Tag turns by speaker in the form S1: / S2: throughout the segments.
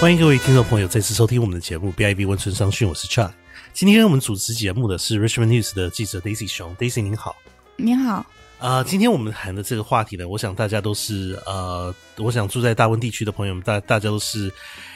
S1: 欢迎各位听众朋友再次收听我们的节目 BIB 温存商讯，我是 Chuck。今天我们主持节目的是 Richmond News 的记者 Daisy 熊，Daisy 您好。
S2: 你好，
S1: 啊、今天我们谈的这个话题呢，我想大家都是呃，我想住在大温地区的朋友们，大大家都是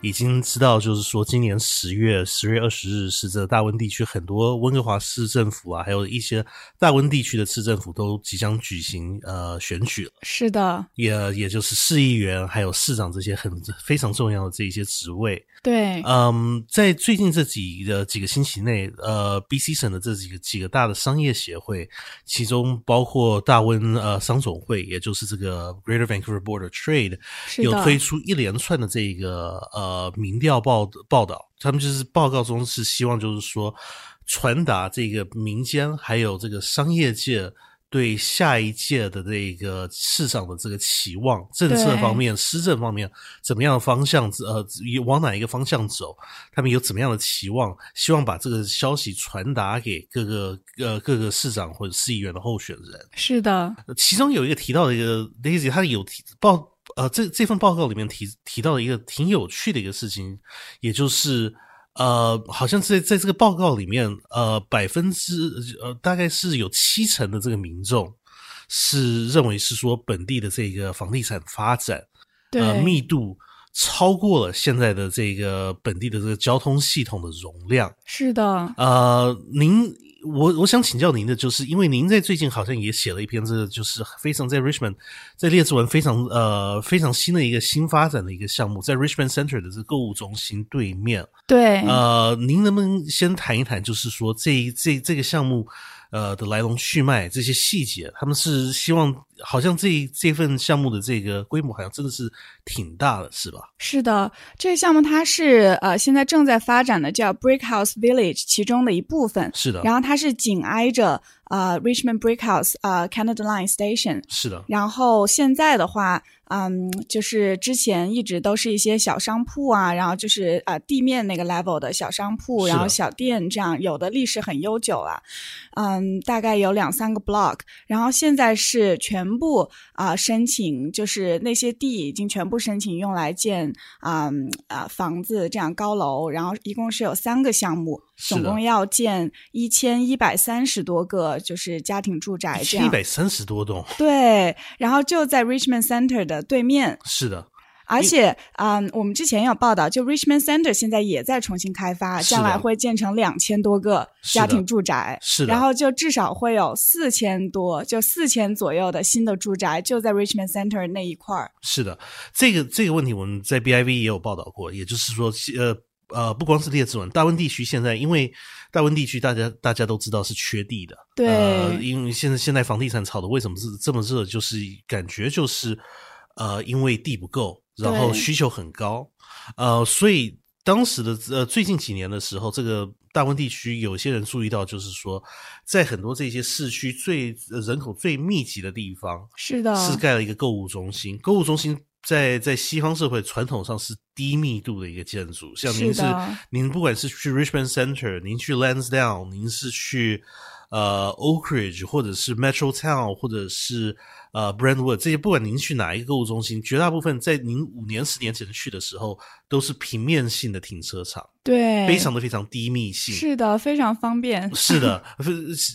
S1: 已经知道，就是说今年十月十月二十日是这大温地区很多温哥华市政府啊，还有一些大温地区的市政府都即将举行呃选举了，
S2: 是的，
S1: 也也就是市议员还有市长这些很非常重要的这一些职位。
S2: 对，
S1: 嗯，在最近这几个几个星期内，呃，BC 省的这几个几个大的商业协会，其中包括大温呃商总会，也就是这个 Greater Vancouver Board of Trade，
S2: 是
S1: 有
S2: 的，
S1: 推出一连串的这个呃民调报报道，他们就是报告中是希望就是说传达这个民间还有这个商业界。对下一届的这个市场的这个期望，政策
S2: 对
S1: 方面、施政方面，怎么样的方向，呃，往哪一个方向走，他们有怎么样的期望，希望把这个消息传达给各个呃各个市长或者市议员的候选人。呃
S2: 是的，
S1: 其中有一个提到的一个 Daisy，他有提报呃这这份报告里面提提到了一个挺有趣的一个事情，也就是呃，好像在在这个报告里面，呃，百分之呃大概是有七成的这个民众是认为是说本地的这个房地产发展
S2: 对，
S1: 呃密度超过了现在的这个本地的这个交通系统的容量。
S2: 是的，
S1: 呃，您，我我想请教您的，就是因为您在最近好像也写了一篇，这个就是非常在 Richmond，在列治文非常呃非常新的一个新发展的一个项目，在 Richmond Center 的这个购物中心对面。
S2: 对，
S1: 呃，您能不能先谈一谈，就是说这这这个项目呃的来龙去脉这些细节？他们是希望好像这这份项目的这个规模好像真的是挺大的，是吧？
S2: 是的，这个项目它是呃现在正在发展的叫 Brick House Village 其中的一部分，
S1: 是的，
S2: 然后它是紧挨着呃 Richmond Brick House 呃 Canada Line Station，
S1: 是的，
S2: 然后现在的话，嗯，就是之前一直都是一些小商铺啊，然后就是呃地面那个 level 的小商铺，
S1: 是的
S2: 然后小店这样，有的历史很悠久了，嗯，大概有两三个 block，然后现在是全部啊、申请，就是那些地已经全部申请用来建啊啊、嗯啊房子这样高楼，然后一共是有三个项目，
S1: 是
S2: 总
S1: 的
S2: 共要建一千一百三十多个就是家庭住宅这样
S1: 一。百三十多栋，
S2: 对，然后就在 Richmond Center 的对面，
S1: 是的，
S2: 而且，嗯，我们之前有报道，就 Richmond Center 现在也在重新开发，
S1: 是的
S2: 将来会建成两千多个
S1: 是的
S2: 家庭住宅，
S1: 是的。
S2: 然后就至少会有四千多，就四千左右的新的住宅，就在 Richmond Center 那一块儿。
S1: 是的，这个这个问题我们在 BIV 也有报道过，也就是说，呃呃，不光是列治文，大温地区现在因为大温地区大家大家都知道是缺地的，
S2: 对
S1: 呃，因为现在现在房地产炒的为什么是这么热，就是感觉就是呃，因为地不够，然后
S2: 对
S1: 需求很高，呃，所以当时的呃最近几年的时候，这个大温地区有些人注意到，就是说在很多这些市区最呃人口最密集的地方，
S2: 是的，
S1: 是盖了一个购物中心。购物中心在在西方社会传统上是低密度的一个建筑，像您
S2: 是
S1: 是
S2: 的
S1: 您不管是去 Richmond Center，您去 Lansdowne，您是去呃 Oak Ridge，或者是 Metro Town，或者是呃 Brentwood 这些，不管您去哪一个购物中心，绝大部分在您五年十年前去的时候都是平面性的停车场，
S2: 对，
S1: 非常的非常低密性。
S2: 是的，非常方便。
S1: 是的，不是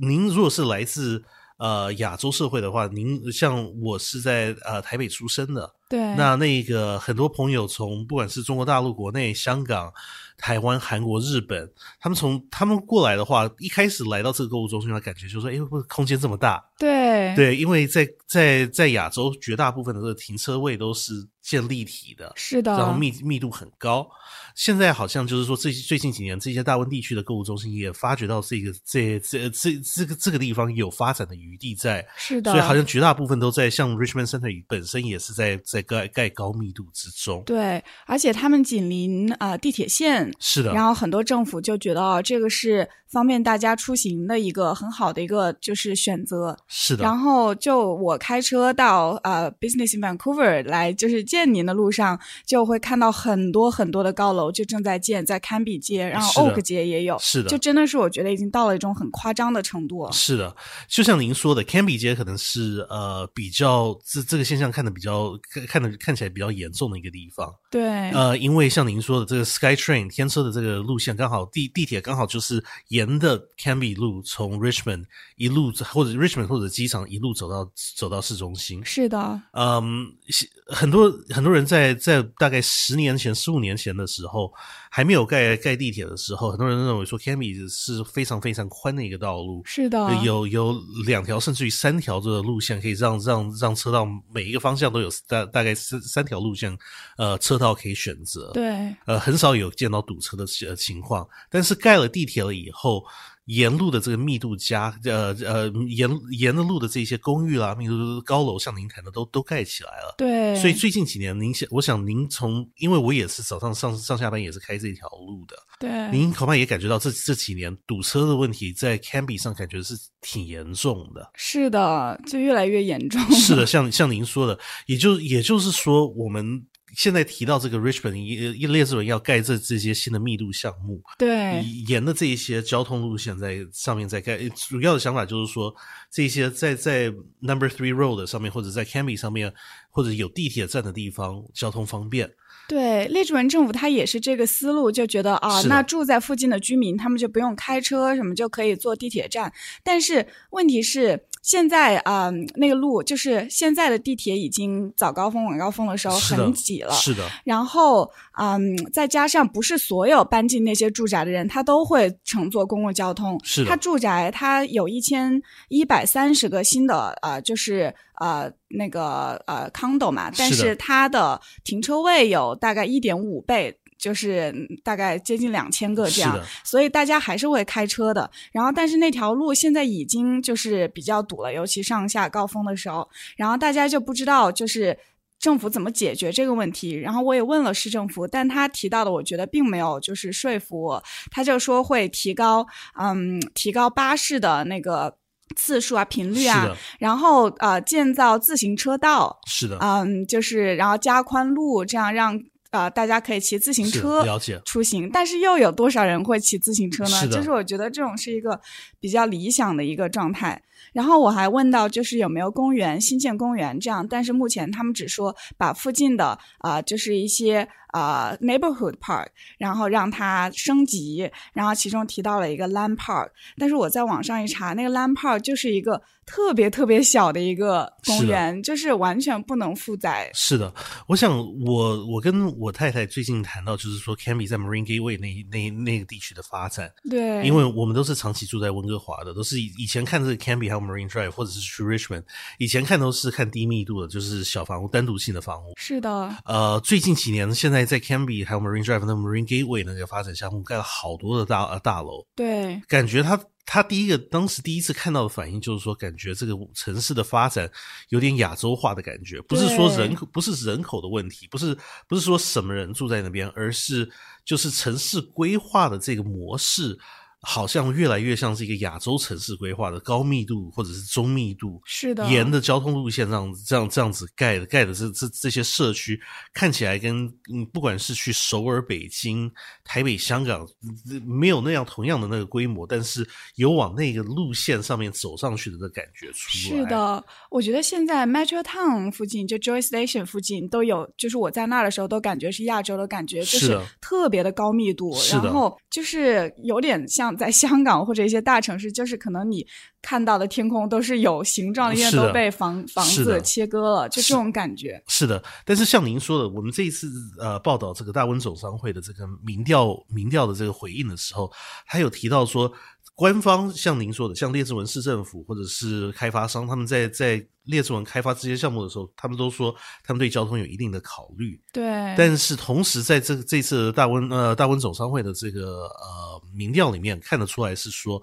S1: 您如果是来自呃亚洲社会的话，您像我是在呃台北出生的，
S2: 对，
S1: 那那个很多朋友从不管是中国大陆、国内、香港、台湾、韩国、日本，他们从他们过来的话，一开始来到这个购物中心的话，感觉就说，哎，不空间这么大，
S2: 对，
S1: 对，因为在在在亚洲绝大部分的这个停车位都是建立体的，
S2: 是的，
S1: 然后密密度很高。现在好像就是说，最最近几年，这些大温地区的购物中心也发觉到这个这这这这个这个地方有发展的余地在，
S2: 是的，
S1: 所以好像绝大部分都在像 Richmond Center 本身也是在在盖盖高密度之中。
S2: 对，而且他们紧邻啊、呃地铁线，
S1: 是的，
S2: 然后很多政府就觉得哦，这个是方便大家出行的一个很好的一个就是选择。
S1: 是的，
S2: 然后就我开车到呃 Business in Vancouver 来，就是建宁的路上，就会看到很多很多的高楼就正在建，在堪比街，然后
S1: 是的
S2: Oak 街也有，
S1: 是的
S2: 就真的是我觉得已经到了一种很夸张的程度。
S1: 是的，就像您说的，Canby 街可能是呃比较这这个现象看的比较看看的看起来比较严重的一个地方。
S2: 对，
S1: 呃，因为像您说的，这个 SkyTrain 天车的这个路线刚好地地铁刚好就是沿的 Canby 路从 Richmond 一路或者 Richmond 或者机场一路走到走到市中心。
S2: 是的，
S1: 嗯，西很多很多人在在大概十年前、十五年前的时候，还没有盖盖地铁的时候，很多人认为说 Canby 是非常非常宽的一个道路，
S2: 是啊的，
S1: 有有两条甚至于三条这个路线，可以让让让车道每一个方向都有大大概三三条路线，呃，车道可以选择。
S2: 对，
S1: 呃，很少有见到堵车的呃情况。但是盖了地铁了以后，沿路的这个密度加呃呃沿沿着路的这些公寓啊啦、密度高楼，像您谈的都都盖起来了。
S2: 对，
S1: 所以最近几年，您想，我想您从，因为我也是早上上上下班也是开这条路的，
S2: 对，
S1: 您恐怕也感觉到这这几年堵车的问题在 Canby 上感觉是挺严重的。
S2: 是的，就越来越严重。
S1: 是的，像像您说的，也就也就是说，我们现在提到这个 Richmond 一一列治文要盖这这些新的密度项目，
S2: 对，
S1: 沿的这一些交通路线在上面在盖，呃主要的想法就是说，这些在在 Number Three Road 上面或者在 Canby 上面或者有地铁站的地方，交通方便。
S2: 对，列治文政府他也是这个思路，就觉得啊，
S1: 是的
S2: 那住在附近的居民他们就不用开车，什么就可以坐地铁站。但是问题是，现在啊、嗯那个路就是现在的地铁已经早高峰、晚高峰的时候
S1: 是的
S2: 很挤了，
S1: 是的，
S2: 然后，嗯，再加上不是所有搬进那些住宅的人，他都会乘坐公共交通。
S1: 是的
S2: 他住宅他有一千一百三十个新的呃，就是呃那个呃 condo 嘛，但
S1: 是的
S2: 是它的停车位有大概一点五倍。就是大概接近两千个这样
S1: 是的，
S2: 所以大家还是会开车的。然后，但是那条路现在已经就是比较堵了，尤其上下高峰的时候，然后大家就不知道就是政府怎么解决这个问题。然后我也问了市政府，但他提到的我觉得并没有就是说服我，他就说会提高，嗯，提高巴士的那个次数啊、频率
S1: 是
S2: 啊
S1: 的，
S2: 然后呃建造自行车道，
S1: 是的，
S2: 嗯，就是然后加宽路，这样让呃大家可以骑自行
S1: 是的
S2: 车。
S1: 了解。
S2: 出行，但是又有多少人会骑自行车呢？
S1: 是的
S2: 就是我觉得这种是一个比较理想的一个状态。然后我还问到，就是有没有公园新建公园这样，但是目前他们只说把附近的啊、呃就是一些啊 neighborhood park，然后让它升级，然后其中提到了一个 land park，但是我在网上一查，那个 land park 就是一个特别特别小的一个公
S1: 是的
S2: 园，就是完全不能负载。
S1: 是的，我想我我跟我太太最近谈到，就是说 Canby 在 Marine Gateway 那那那个地区的发展，
S2: 对，
S1: 因为我们都是长期住在温哥华的，都是以以前看这个 Canby 还有 Marine Drive，或者是去 Richmond，以前看都是看低密度的，就是小房屋、单独性的房屋。
S2: 是的，
S1: 呃，最近几年，现在在 Canby 还有 Marine Drive 那 Marine Gateway 那个发展项目盖了好多的大、呃、大楼，
S2: 对，
S1: 感觉他他第一个当时第一次看到的反应就是说，感觉这个城市的发展有点亚洲化的感觉，不是说人口不是人口的问题，不是不是说什么人住在那边，而是就是城市规划的这个模式。好像越来越像是一个亚洲城市规划的高密度或者是中密度，
S2: 是的，
S1: 沿着交通路线这样子、这样、这样子盖的，盖的这这这些社区看起来跟嗯，不管是去首尔、北京、台北、香港，嗯没有那样同样的那个规模，但是有往那个路线上面走上去的那感觉出来。
S2: 是，的，我觉得现在 Metro Town 附近，就 Joy Station 附近都有，就是我在那儿的时候都感觉是亚洲的感觉，就是是
S1: 的
S2: 特别的高密度，
S1: 是的
S2: 然后就是有点像在香港或者一些大城市，就是可能你看到的天空都是有形状的，因为
S1: 是的
S2: 都被房房
S1: 是的
S2: 子切割了，就这种感觉。
S1: 是的。但是像您说的，我们这一次呃报道这个大温总商会的这个民调民调的这个回应的时候，他有提到说。官方像您说的，像列治文市政府或者是开发商，他们在在列治文开发这些项目的时候，他们都说他们对交通有一定的考虑。
S2: 对，
S1: 但是同时，在这这次大温呃大温总商会的这个呃民调里面看得出来是说，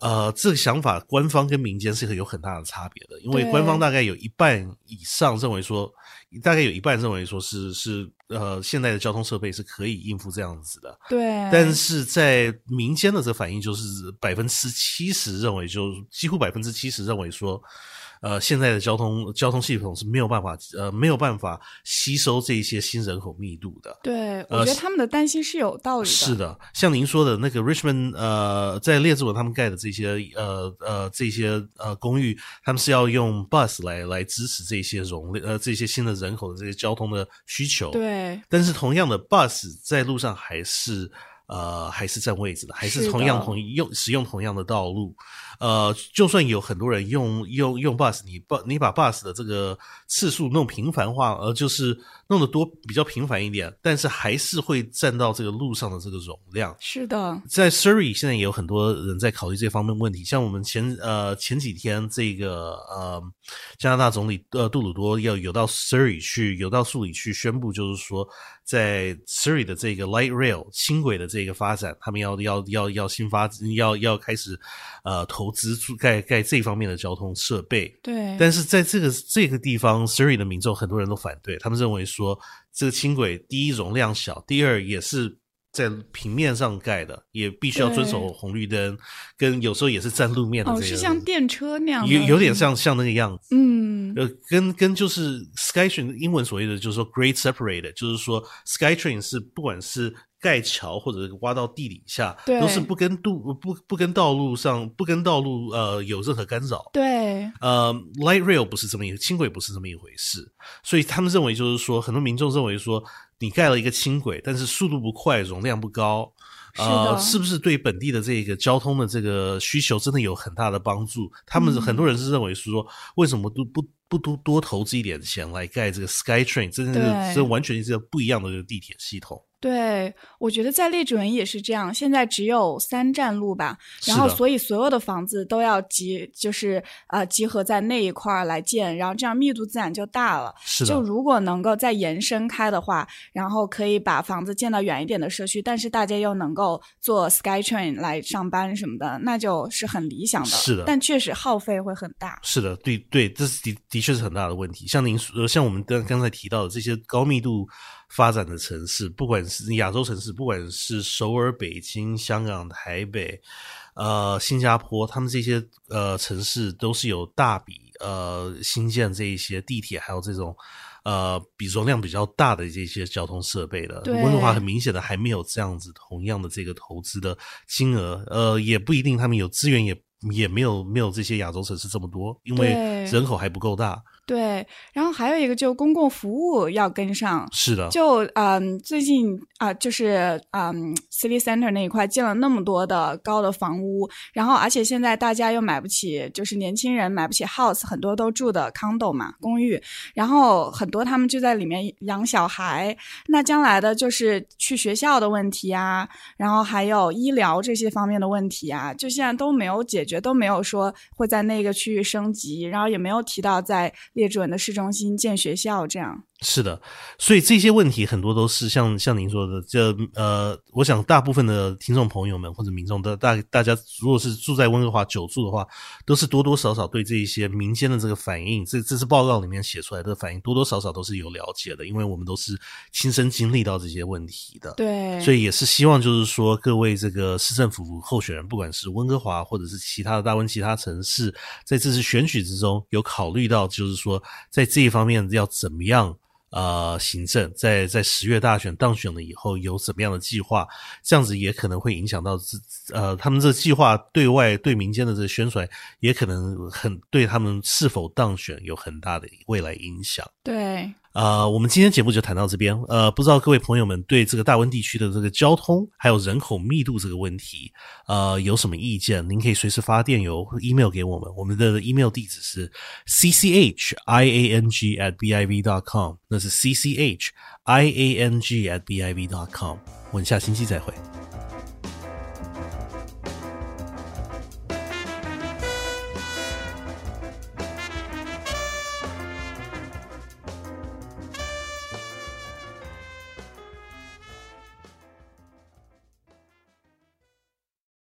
S1: 呃这个想法官方跟民间是很有很大的差别的，因为
S2: 对
S1: 官方大概有一半以上认为说，大概有一半认为说是是呃现代的交通设备是可以应付这样子的，
S2: 对，
S1: 但是在民间的这个反应就是百分之七十认为就几乎百分之七十认为说，呃现在的交通交通系统是没有办法呃没有办法吸收这一些新人口密度的，
S2: 对，我觉得他们的担心是有道理的。
S1: 呃是的，像您说的那个 Richmond，呃，在列治文他们盖的这些呃呃这些呃公寓，他们是要用 bus 来来支持这些容量呃这些新的人口的这些交通的需求。，
S2: 对，
S1: 但是同样的 bus 在路上还是。呃，还是占位置的，还
S2: 是
S1: 是
S2: 的
S1: 同样同用使用同样的道路，呃，就算有很多人用用用 bus，你把你把 bus 的这个次数弄频繁化，呃，就是弄得多比较频繁一点，但是还是会占到这个路上的这个容量。
S2: 是的，
S1: 在 Surrey 现在也有很多人在考虑这方面问题，像我们前呃前几天这个呃加拿大总理呃杜鲁多要有到 Surrey 去，有到苏里去宣布，就是说在 Surrey 的这个 Light Rail 轻轨的这个发展，他们要要要要新发要要开始呃投资盖盖这方面的交通设备。
S2: 对，
S1: 但是在这个这个地方，Surrey 的民众很多人都反对，他们认为说这个轻轨第一容量小，第二也是在平面上盖的，也必须要遵守
S2: 对
S1: 红绿灯，跟有时候也是占路面的
S2: 哦，
S1: 这
S2: 是
S1: 个，
S2: 像电车那样的，
S1: 有有点像像那个样子。
S2: 嗯，
S1: 呃，跟跟就是 SkyTrain 英文所谓的就是说 Great Separated，就是说 SkyTrain 是不管是盖桥或者挖到地底下，
S2: 对
S1: 都是不跟路不不跟道路上不跟道路呃有任何干扰。
S2: 对，
S1: 呃，light rail 不是这么一轻轨不是这么一回事，所以他们认为就是说，很多民众认为说，你盖了一个轻轨，但是速度不快，容量不高，
S2: 是
S1: 呃，
S2: 的
S1: 是不是对本地的这个交通的这个需求真的有很大的帮助？他们
S2: 嗯
S1: 很多人是认为是说，为什么都不不多多投资一点钱来盖这个 SkyTrain？真的
S2: 对
S1: 是这完全是不一样的这个地铁系统。
S2: 对，我觉得在列治文也是这样，现在只有三站路吧，然
S1: 是
S2: 后
S1: 的
S2: 所以所有的房子都要集，就是呃集合在那一块儿来建，然后这样密度自然就大了。
S1: 是
S2: 就
S1: 的，
S2: 如果能够再延伸开的话，然后可以把房子建到远一点的社区，但是大家又能够坐 SkyTrain 来上班什么的，那就是很理想的。
S1: 是的
S2: 但确实耗费会很大。
S1: 是的，对对，这是的的确是很大的问题。像您说呃，像我们刚刚才提到的这些高密度发展的城市，不管是亚洲城市，不管是首尔、北京、香港、台北，呃，新加坡，他们这些呃城市都是有大笔呃新建这一些地铁，还有这种。呃，比容量比较大的这些交通设备的，
S2: 对
S1: 温哥华很明显的还没有这样子同样的这个投资的金额，呃，也不一定他们有资源也，也没有没有这些亚洲城市这么多，因为
S2: 对
S1: 人口还不够大。
S2: 对，然后还有一个就公共服务要跟上，
S1: 是的，
S2: 就嗯，最近啊、就是嗯，City Center 那一块建了那么多的高的房屋，然后而且现在大家又买不起，就是年轻人买不起 house，很多都住的 condo 嘛，公寓，然后很多他们就在里面养小孩。那将来的就是去学校的问题啊，然后还有医疗这些方面的问题啊，就现在都没有解决，都没有说会在那个区域升级，然后也没有提到在列治文的市中心建学校这样。
S1: 是的，所以这些问题很多都是像像您说的，这呃，我想大部分的听众朋友们或者民众的大大家，如果是住在温哥华久住的话，都是多多少少对这一些民间的这个反应，这这次报告里面写出来的反应，多多少少都是有了解的，因为我们都是亲身经历到这些问题的。
S2: 对，
S1: 所以也是希望，就是说各位这个市政府候选人，不管是温哥华或者是其他的大温其他城市，在这次选举之中有考虑到，就是说在这一方面要怎么样呃行政，在在十月大选当选了以后有怎么样的计划，这样子也可能会影响到自呃他们这计划对外对民间的这个宣传，也可能很对他们是否当选有很大的未来影响。
S2: 对。
S1: 呃，我们今天节目就谈到这边。呃，不知道各位朋友们对这个大温地区的这个交通还有人口密度这个问题，呃，有什么意见？您可以随时发电邮、email 给我们。我们的 email 地址是 c c h i a n g at b i v dot com，那是 c c h i a n g at b i v dot com。我们下星期再会。